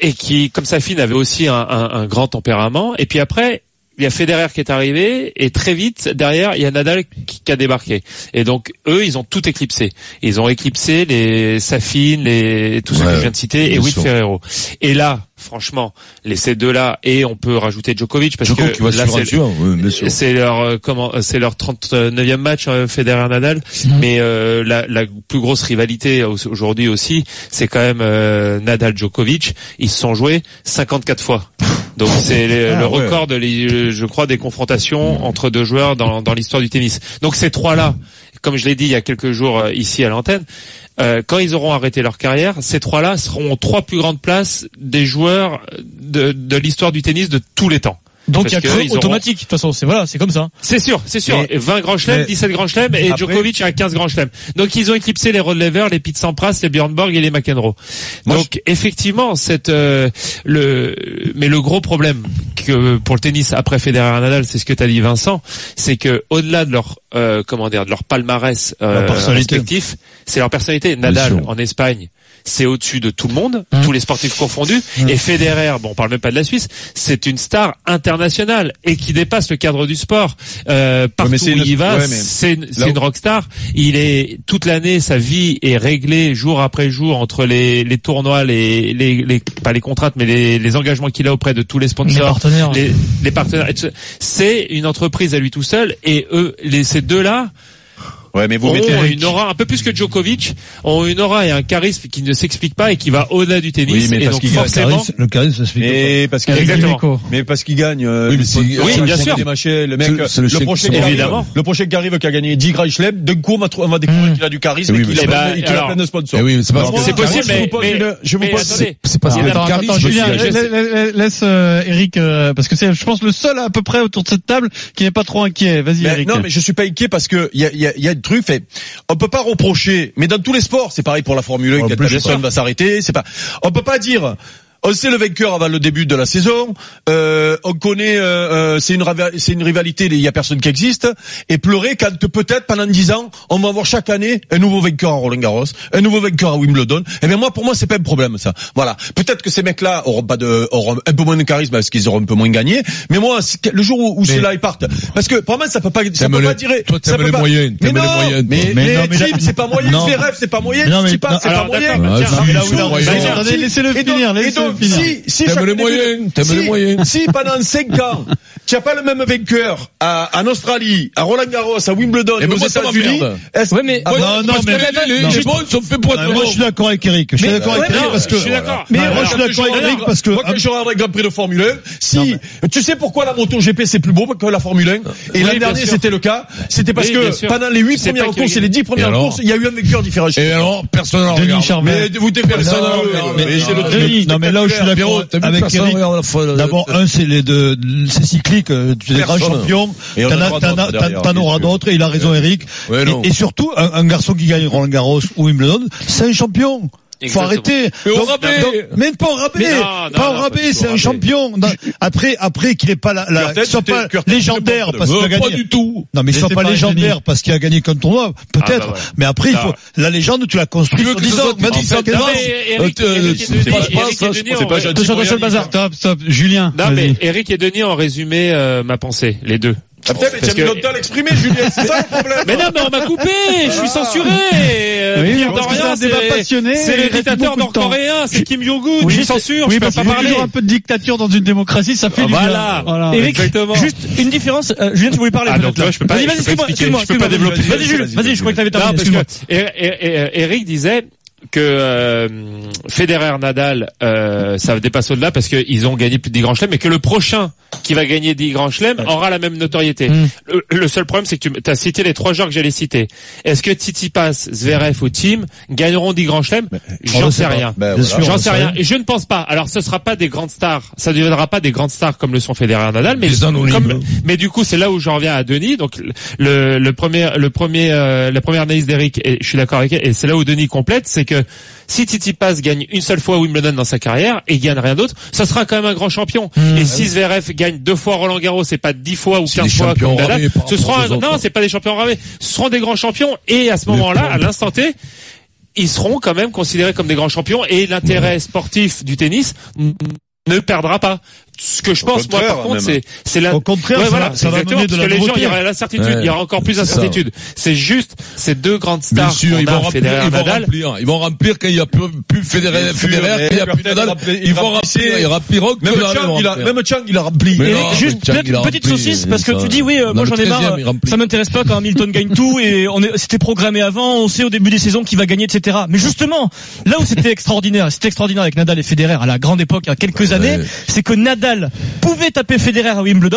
[SPEAKER 4] et qui, comme Safin, avait aussi un, un- un grand tempérament. Et puis après, il y a Federer qui est arrivé et très vite derrière, il y a Nadal qui, qui a débarqué. Et donc eux, ils ont tout éclipsé. Ils ont éclipsé les Safin, les tous ceux
[SPEAKER 7] Ouais,
[SPEAKER 4] que je viens de citer et
[SPEAKER 7] bien
[SPEAKER 4] Will
[SPEAKER 7] sûr.
[SPEAKER 4] Ferrero. Et là, franchement, les ces deux-là et on peut rajouter Djokovic parce
[SPEAKER 7] Je crois
[SPEAKER 4] que
[SPEAKER 7] qu'il va
[SPEAKER 4] là,
[SPEAKER 7] suivre un
[SPEAKER 4] c'est-
[SPEAKER 7] suivant, oui, bien sûr.
[SPEAKER 4] c'est leur euh, comment euh, c'est leur 39e match euh, Federer Nadal mais euh, la, la plus grosse rivalité au- aujourd'hui aussi c'est quand même euh, Nadal Djokovic ils se sont joués 54 fois donc c'est le,
[SPEAKER 7] Ah
[SPEAKER 4] le
[SPEAKER 10] ouais.
[SPEAKER 4] record de les- euh, je crois des confrontations entre deux joueurs dans, dans l'histoire du tennis donc ces trois là comme je l'ai dit il y a quelques jours euh, ici à l'antenne euh, quand ils auront arrêté leur carrière, ces trois-là seront aux trois plus grandes places des joueurs de, de l'histoire du tennis de tous les temps.
[SPEAKER 5] Donc
[SPEAKER 4] Parce
[SPEAKER 5] il y a
[SPEAKER 4] que
[SPEAKER 5] creux
[SPEAKER 4] ils auront-
[SPEAKER 5] automatique. De toute façon, c'est voilà, c'est comme ça.
[SPEAKER 4] C'est sûr, c'est sûr.
[SPEAKER 10] Mais-
[SPEAKER 4] Et 20 grands chelems,
[SPEAKER 10] mais-
[SPEAKER 4] 17 grands chelems et
[SPEAKER 10] Après-
[SPEAKER 4] Djokovic à 15 grands chelems. Donc ils ont éclipsé les Rod Laver, les Pete Sampras, les Björn Borg et les McEnroe.
[SPEAKER 10] Moi,
[SPEAKER 4] Donc effectivement, cette euh, le mais le gros problème que pour le tennis après Federer et Nadal, c'est ce que t'as dit Vincent, c'est que au-delà de leur euh, comment dire de leur palmarès euh,
[SPEAKER 5] Leur personnalité.
[SPEAKER 4] respectif, c'est leur personnalité. Nadal en Espagne, c'est au-dessus de tout le monde,
[SPEAKER 10] Mmh.
[SPEAKER 4] tous les sportifs confondus. Et Federer, bon, on parle même pas de la Suisse, c'est une star internationale et qui dépasse le cadre du sport. Euh, partout
[SPEAKER 10] mais c'est
[SPEAKER 4] où
[SPEAKER 10] une-
[SPEAKER 4] il va,
[SPEAKER 10] ouais, mais
[SPEAKER 4] c'est une-
[SPEAKER 10] là
[SPEAKER 4] c'est une rockstar. Il est toute l'année, sa vie est réglée jour après jour entre les, les tournois, les, les, les- pas les contraintes, mais les, les engagements qu'il a auprès de tous les
[SPEAKER 5] Les
[SPEAKER 4] sponsors,
[SPEAKER 5] partenaires.
[SPEAKER 4] les, les partenaires. et tout ça. C'est une entreprise à lui tout seul et eux, les, ces deux-là
[SPEAKER 10] Ouais, mais vous
[SPEAKER 4] ont
[SPEAKER 10] mettez
[SPEAKER 4] une aura un peu plus que Djokovic, ont une aura et un charisme qui ne s'explique pas et qui va au-delà du tennis.
[SPEAKER 10] Oui, mais
[SPEAKER 4] et
[SPEAKER 10] parce
[SPEAKER 4] donc
[SPEAKER 10] qu'il y a un
[SPEAKER 4] forcément,
[SPEAKER 6] Ah Le charisme, ça se
[SPEAKER 10] Mais parce qu'il
[SPEAKER 5] Eric
[SPEAKER 4] Exactement.
[SPEAKER 5] Dimeco.
[SPEAKER 10] mais parce qu'il gagne. euh,
[SPEAKER 7] Oui, mais
[SPEAKER 10] le-
[SPEAKER 7] c'est-
[SPEAKER 10] le-
[SPEAKER 4] oui,
[SPEAKER 10] le-
[SPEAKER 4] bien
[SPEAKER 10] le-
[SPEAKER 4] sûr.
[SPEAKER 10] des machets, le mec,
[SPEAKER 7] C'est- c'est le chèque
[SPEAKER 10] prochain
[SPEAKER 7] sans
[SPEAKER 10] qui arrive,
[SPEAKER 4] Évidemment.
[SPEAKER 10] le prochain qui arrive, qui a gagné 10 grands chelems, d'un coup, on va, trou- on va découvrir qu'il a du charisme
[SPEAKER 7] Hmm. Oui,
[SPEAKER 10] et
[SPEAKER 7] mais
[SPEAKER 10] qu'il a,
[SPEAKER 4] c'est-
[SPEAKER 10] plein-
[SPEAKER 4] Eh ben,
[SPEAKER 10] et qu'il a
[SPEAKER 4] alors-
[SPEAKER 10] plein de sponsors.
[SPEAKER 7] Eh oui, mais c'est pas-
[SPEAKER 10] Alors,
[SPEAKER 4] C'est
[SPEAKER 10] moi,
[SPEAKER 4] possible,
[SPEAKER 10] je vous
[SPEAKER 4] mais-
[SPEAKER 10] pose
[SPEAKER 4] mais-
[SPEAKER 10] une- je vous
[SPEAKER 4] Ah, mais
[SPEAKER 10] pose-
[SPEAKER 4] attendez.
[SPEAKER 7] C'est parce
[SPEAKER 4] Il y en
[SPEAKER 7] que
[SPEAKER 4] a
[SPEAKER 7] le
[SPEAKER 4] pas-
[SPEAKER 1] Attends,
[SPEAKER 7] charisme.
[SPEAKER 1] attends, Julien,
[SPEAKER 4] je
[SPEAKER 1] la-
[SPEAKER 4] sais.
[SPEAKER 1] la- la- laisse euh, Eric euh, parce que c'est, je pense, le seul à peu près autour de cette table qui n'est pas trop inquiet. Vas-y,
[SPEAKER 10] Mais
[SPEAKER 1] Eric.
[SPEAKER 10] non, mais je suis pas inquiet parce que il y a, il y a, il y a le truc. Fait, on peut pas reprocher. Mais dans tous les sports, c'est pareil pour la Formule 1.
[SPEAKER 6] En
[SPEAKER 10] quand
[SPEAKER 6] plus,
[SPEAKER 10] Hamilton va s'arrêter. C'est pas. On peut pas dire. On sait le vainqueur avant le début de la saison. Euh, on connaît. euh, euh, c'est une rava- c'est une rivalité. Il y a personne qui existe. Et pleurer quand peut-être pendant 10 ans, on va avoir chaque année un nouveau vainqueur à Roland Garros, un nouveau vainqueur à Wimbledon. Et bien moi, pour moi, c'est pas un problème ça. Voilà. Peut-être que ces mecs-là auront pas de auront un peu moins de charisme parce qu'ils auront un peu moins gagné. Mais moi, si- le jour où, où ceux-là ils partent, parce que pour moi, ça peut pas ça
[SPEAKER 7] T'aimes
[SPEAKER 10] peut
[SPEAKER 7] les-
[SPEAKER 10] pas tirer.
[SPEAKER 7] toi,
[SPEAKER 10] ça
[SPEAKER 7] t'aimes
[SPEAKER 10] peut
[SPEAKER 7] les
[SPEAKER 10] pas-
[SPEAKER 7] moyennes,
[SPEAKER 10] Mais
[SPEAKER 7] t'aimes les
[SPEAKER 10] non,
[SPEAKER 7] moyennes, toi.
[SPEAKER 10] Mais,
[SPEAKER 6] Mais
[SPEAKER 10] mais
[SPEAKER 6] non, mais là-
[SPEAKER 10] Jim, c'est pas moyen.
[SPEAKER 6] Non.
[SPEAKER 10] Les rêves, c'est pas moyen.
[SPEAKER 6] Mais non, mais-
[SPEAKER 10] Tsitsipas,
[SPEAKER 6] non.
[SPEAKER 10] c'est pas
[SPEAKER 4] Alors,
[SPEAKER 10] moyen.
[SPEAKER 4] d'accord,
[SPEAKER 7] Ah,
[SPEAKER 4] tiens,
[SPEAKER 7] si,
[SPEAKER 4] mais là
[SPEAKER 7] si,
[SPEAKER 4] où il en
[SPEAKER 7] ouais,
[SPEAKER 4] revient-
[SPEAKER 1] Vas-y, attendez, laissez-le
[SPEAKER 10] Et
[SPEAKER 1] finir,
[SPEAKER 10] donc-
[SPEAKER 1] laissez-le
[SPEAKER 10] et donc,
[SPEAKER 1] finir.
[SPEAKER 10] Si, si
[SPEAKER 7] T'aimes
[SPEAKER 10] chaque
[SPEAKER 7] les
[SPEAKER 10] début de-
[SPEAKER 7] moyennes, t'aimes
[SPEAKER 10] si-
[SPEAKER 7] les moyennes.
[SPEAKER 10] Si pendant 5 ans, tu n'as pas le même vainqueur à, en Australie, à Roland Garros, à Wimbledon,
[SPEAKER 7] Et
[SPEAKER 10] et aux
[SPEAKER 7] ben moi, ça
[SPEAKER 10] États-Unis.
[SPEAKER 7] m'emmerde.
[SPEAKER 10] Est-ce-
[SPEAKER 5] Ouais, mais-
[SPEAKER 10] Ah,
[SPEAKER 7] Moi,
[SPEAKER 10] bon
[SPEAKER 7] je-
[SPEAKER 5] non,
[SPEAKER 7] parce
[SPEAKER 5] mais-
[SPEAKER 7] que les belles,
[SPEAKER 5] non.
[SPEAKER 7] les bons sont faits pour être
[SPEAKER 6] Ah, Moi,
[SPEAKER 7] bons.
[SPEAKER 6] je suis d'accord avec Eric. Je suis d'accord avec
[SPEAKER 4] ouais,
[SPEAKER 6] Eric
[SPEAKER 4] mais-
[SPEAKER 6] parce que.
[SPEAKER 4] je suis d'accord.
[SPEAKER 6] Mais
[SPEAKER 10] Ah,
[SPEAKER 6] moi,
[SPEAKER 10] voilà.
[SPEAKER 6] je suis d'accord avec
[SPEAKER 10] Moi,
[SPEAKER 6] Eric parce que.
[SPEAKER 10] Moi, quand j'aurai un Grand Prix de Formule 1, si, tu sais pourquoi la moto GP c'est plus beau que la Formule 1? Et
[SPEAKER 4] Oui,
[SPEAKER 10] l'année
[SPEAKER 4] bien
[SPEAKER 10] dernière,
[SPEAKER 4] sûr.
[SPEAKER 10] c'était le cas. C'était parce
[SPEAKER 4] Oui, bien
[SPEAKER 10] que
[SPEAKER 4] sûr.
[SPEAKER 10] pendant les
[SPEAKER 4] Tu
[SPEAKER 10] 8
[SPEAKER 4] sais pas
[SPEAKER 10] premières
[SPEAKER 4] qui a
[SPEAKER 10] courses et
[SPEAKER 4] gagné.
[SPEAKER 10] les 10
[SPEAKER 7] Et
[SPEAKER 10] premières
[SPEAKER 7] alors
[SPEAKER 10] courses, il y a eu un vainqueur différencié.
[SPEAKER 7] Et alors, personne ne
[SPEAKER 6] Denis
[SPEAKER 7] regarde.
[SPEAKER 6] Charvet.
[SPEAKER 10] Mais vous t'es personne
[SPEAKER 6] non,
[SPEAKER 10] à l'heure,
[SPEAKER 6] non,
[SPEAKER 10] mais
[SPEAKER 6] non,
[SPEAKER 10] c'est
[SPEAKER 6] non,
[SPEAKER 10] le
[SPEAKER 6] non,
[SPEAKER 10] truc.
[SPEAKER 6] non, mais là où je suis
[SPEAKER 7] Pierrot,
[SPEAKER 6] d'accord
[SPEAKER 7] t'as vu,
[SPEAKER 6] avec
[SPEAKER 7] personne
[SPEAKER 6] Eric,
[SPEAKER 7] regarde la folle.
[SPEAKER 6] d'abord, un, c'est les deux, c'est cyclique, euh, tu seras
[SPEAKER 7] Personne.
[SPEAKER 6] champion,
[SPEAKER 7] Et on
[SPEAKER 6] t'en
[SPEAKER 7] a
[SPEAKER 6] as-
[SPEAKER 7] droit
[SPEAKER 6] t'en
[SPEAKER 7] d'autres
[SPEAKER 6] as-
[SPEAKER 7] derrière,
[SPEAKER 6] t'en- t'en
[SPEAKER 7] qu'est-ce
[SPEAKER 6] auras
[SPEAKER 7] que-
[SPEAKER 6] d'autres, et il a raison Eric.
[SPEAKER 7] Ouais,
[SPEAKER 6] Et-
[SPEAKER 7] non.
[SPEAKER 6] et, surroland surtout, un, un garçon qui gagne Roland Garros ou Wimbledon, c'est un champion. Faut
[SPEAKER 4] Exactement.
[SPEAKER 6] arrêter.
[SPEAKER 7] Mais au
[SPEAKER 6] Donc-
[SPEAKER 7] rabais.
[SPEAKER 6] donc- même pas au rabais.
[SPEAKER 4] Mais non, non,
[SPEAKER 6] pas au
[SPEAKER 4] non, pas du
[SPEAKER 6] rabais,
[SPEAKER 4] tout
[SPEAKER 6] c'est
[SPEAKER 4] au
[SPEAKER 6] un
[SPEAKER 4] rabais.
[SPEAKER 6] champion. Non, après, après qu'il est pas la, la
[SPEAKER 10] Curtin,
[SPEAKER 6] soit
[SPEAKER 10] c'était-
[SPEAKER 6] pas
[SPEAKER 10] Curtin,
[SPEAKER 6] légendaire
[SPEAKER 10] c'était
[SPEAKER 6] parce qu'il a
[SPEAKER 7] Euh, Pas
[SPEAKER 6] gagné.
[SPEAKER 7] du tout.
[SPEAKER 6] Non, mais il soit
[SPEAKER 1] J'étais
[SPEAKER 6] pas
[SPEAKER 1] pas
[SPEAKER 6] légendaire
[SPEAKER 1] Denis.
[SPEAKER 6] parce qu'il a gagné qu'un tournoi, peut-être.
[SPEAKER 4] Ah, bah ouais.
[SPEAKER 6] Mais après, il
[SPEAKER 4] Ah.
[SPEAKER 6] faut, la légende, tu la construis
[SPEAKER 7] Tu veux
[SPEAKER 6] sur
[SPEAKER 7] que ce
[SPEAKER 6] 10
[SPEAKER 7] soit
[SPEAKER 6] ans, 20
[SPEAKER 7] en
[SPEAKER 6] ans,
[SPEAKER 7] fait,
[SPEAKER 6] 15 ans.
[SPEAKER 7] non,
[SPEAKER 4] mais Eric,
[SPEAKER 7] Euh,
[SPEAKER 4] Eric et
[SPEAKER 7] c'est
[SPEAKER 4] Denis,
[SPEAKER 7] pas- c'est pas
[SPEAKER 4] Eric
[SPEAKER 7] ça,
[SPEAKER 4] et
[SPEAKER 7] je
[SPEAKER 4] Denis,
[SPEAKER 7] pensais
[SPEAKER 4] on
[SPEAKER 7] pas,
[SPEAKER 4] va-
[SPEAKER 7] j'ai-
[SPEAKER 1] Attention, attention, le bazar. Stop, stop. Julien.
[SPEAKER 4] Non,
[SPEAKER 1] vas-y.
[SPEAKER 4] mais Eric et Denis ont résumé euh, ma pensée, les deux.
[SPEAKER 10] Ah, putain, mais
[SPEAKER 4] Parce
[SPEAKER 10] t'as mis
[SPEAKER 4] que-
[SPEAKER 10] longtemps à l'exprimer, Julien, c'est ça le problème.
[SPEAKER 4] Mais non, mais on m'a coupé, je suis censuré. euh,
[SPEAKER 1] Oui,
[SPEAKER 4] Pierre
[SPEAKER 1] parce que
[SPEAKER 4] Dorian,
[SPEAKER 1] c'est un débat
[SPEAKER 4] c'est-
[SPEAKER 1] passionné et
[SPEAKER 4] C'est
[SPEAKER 1] il
[SPEAKER 4] le
[SPEAKER 1] reste
[SPEAKER 4] dictateur
[SPEAKER 1] beaucoup de temps.
[SPEAKER 4] nord-coréen, c'est Kim Jong-un, tu me
[SPEAKER 1] c'est-
[SPEAKER 4] censures,
[SPEAKER 1] oui,
[SPEAKER 4] je peux
[SPEAKER 1] parce
[SPEAKER 4] pas
[SPEAKER 1] qu'il y a
[SPEAKER 4] parler.
[SPEAKER 1] toujours un peu de dictature dans une démocratie, ça fait
[SPEAKER 4] Ah,
[SPEAKER 1] du bien.
[SPEAKER 4] voilà.
[SPEAKER 5] Eric,
[SPEAKER 4] Exactement.
[SPEAKER 5] Juste une différence. Euh, Julien, tu voulais parler.
[SPEAKER 4] Ah,
[SPEAKER 5] peut-être,
[SPEAKER 4] donc, toi,
[SPEAKER 5] là.
[SPEAKER 4] je peux pas-
[SPEAKER 5] Vas-y,
[SPEAKER 4] je
[SPEAKER 5] vas-y,
[SPEAKER 4] peux pas
[SPEAKER 5] excuse-moi,
[SPEAKER 4] expliquer,
[SPEAKER 5] excuse-moi,
[SPEAKER 4] je peux pas
[SPEAKER 5] excuse-moi.
[SPEAKER 4] développer.
[SPEAKER 5] Vas-y, Jules,
[SPEAKER 7] Vas-y,
[SPEAKER 5] vas-y, je crois que t'avais
[SPEAKER 4] Non,
[SPEAKER 5] terminé.
[SPEAKER 4] parce que
[SPEAKER 5] excuse-moi.
[SPEAKER 4] Er- Er- Er- Eric disait que euh, Federer Nadal euh, ça dépasse au-delà parce qu'ils ont gagné plus de 10 grands chelems et que le prochain qui va gagner 10 grands chelems aura la même notoriété.
[SPEAKER 1] Hmm.
[SPEAKER 4] Le, le seul problème c'est que tu as cité les trois joueurs que j'allais citer. Est-ce que Tsitsipas, Zverev ou Tim gagneront 10 grands chelems J'en sais
[SPEAKER 1] Bah,
[SPEAKER 4] rien.
[SPEAKER 7] Ben,
[SPEAKER 6] Bien
[SPEAKER 7] voilà.
[SPEAKER 6] sûr, on
[SPEAKER 4] J'en
[SPEAKER 6] le
[SPEAKER 4] sais
[SPEAKER 6] sait.
[SPEAKER 4] rien. Et je ne pense pas. Alors, ce sera pas des grandes stars. Ça ne deviendra pas des grandes stars comme le sont Federer et Nadal, mais
[SPEAKER 7] Des anonymes.
[SPEAKER 4] comme- mais du coup, c'est là où j'en reviens à Denis. Donc, le, le premier, le premier, euh, la première analyse d'Eric, et je suis d'accord avec elle, et c'est là où Denis complète, c'est que si Titi Paz gagne une seule fois Wimbledon dans sa carrière et gagne rien d'autre, ça sera quand même un grand champion. et si Zverev gagne deux fois Roland Garros, c'est pas dix fois ou
[SPEAKER 7] Mmh. C'est des
[SPEAKER 4] quinze fois
[SPEAKER 7] champions
[SPEAKER 4] comme Nadal,
[SPEAKER 7] ramés par
[SPEAKER 4] ce
[SPEAKER 7] rapport
[SPEAKER 4] sera un-
[SPEAKER 7] aux autres. hein.
[SPEAKER 4] non, c'est pas des champions ramés, ce seront des grands champions et à ce moment-là, à l'instant T, ils seront quand même considérés comme des grands champions et l'intérêt sportif du tennis n- ne perdra pas. Ce que je pense, moi,
[SPEAKER 10] contraire,
[SPEAKER 4] par contre,
[SPEAKER 10] même.
[SPEAKER 4] c'est, c'est la,
[SPEAKER 6] Au contraire,
[SPEAKER 4] Ouais,
[SPEAKER 6] ça
[SPEAKER 4] voilà,
[SPEAKER 6] va- ça va
[SPEAKER 4] exactement,
[SPEAKER 6] amener de
[SPEAKER 4] parce
[SPEAKER 6] la
[SPEAKER 4] que les gens,
[SPEAKER 6] nouveauté.
[SPEAKER 4] il y aura l'incertitude,
[SPEAKER 7] Ouais.
[SPEAKER 4] il y aura encore plus
[SPEAKER 7] C'est ça.
[SPEAKER 4] d'incertitude. C'est juste ces deux grandes
[SPEAKER 7] Bien
[SPEAKER 4] stars
[SPEAKER 7] sûr, ils
[SPEAKER 4] qu'on
[SPEAKER 7] vont
[SPEAKER 4] a,
[SPEAKER 7] remplir,
[SPEAKER 4] Federer
[SPEAKER 7] ils
[SPEAKER 4] et
[SPEAKER 7] vont
[SPEAKER 4] Nadal.
[SPEAKER 7] remplir. Ils vont remplir quand il n'y a plus, plus Federer,
[SPEAKER 10] Bien sûr,
[SPEAKER 7] Federer,
[SPEAKER 10] mais
[SPEAKER 7] quand il n'y a plus
[SPEAKER 10] Curtin,
[SPEAKER 7] Nadal.
[SPEAKER 10] rempli-
[SPEAKER 7] Ils vont remplir,
[SPEAKER 10] remplissaient.
[SPEAKER 7] ils rempliront que
[SPEAKER 10] Même
[SPEAKER 7] Nadal
[SPEAKER 10] Chang,
[SPEAKER 7] va
[SPEAKER 10] il a,
[SPEAKER 7] remplir.
[SPEAKER 10] même Chang, il a rempli.
[SPEAKER 7] Mais
[SPEAKER 10] Et-
[SPEAKER 7] non,
[SPEAKER 5] Eric, juste
[SPEAKER 7] Tiens, il a
[SPEAKER 5] peut-être
[SPEAKER 7] rempli,
[SPEAKER 5] petite saucisse
[SPEAKER 7] il
[SPEAKER 5] parce que
[SPEAKER 7] sort.
[SPEAKER 5] tu dis oui, euh,
[SPEAKER 7] Dans
[SPEAKER 5] moi
[SPEAKER 7] le
[SPEAKER 5] j'en ai
[SPEAKER 7] 13e,
[SPEAKER 5] marre,
[SPEAKER 7] il
[SPEAKER 5] euh,
[SPEAKER 7] remplit.
[SPEAKER 5] ça m'intéresse pas quand Hamilton gagne tout et on est c'était programmé avant, on sait au début des saisons qui va gagner etc. Mais justement, là où c'était extraordinaire, c'était extraordinaire avec Nadal et Federer à la grande époque il y a quelques années, c'est que Nadal pouvait taper Federer à Wimbledon,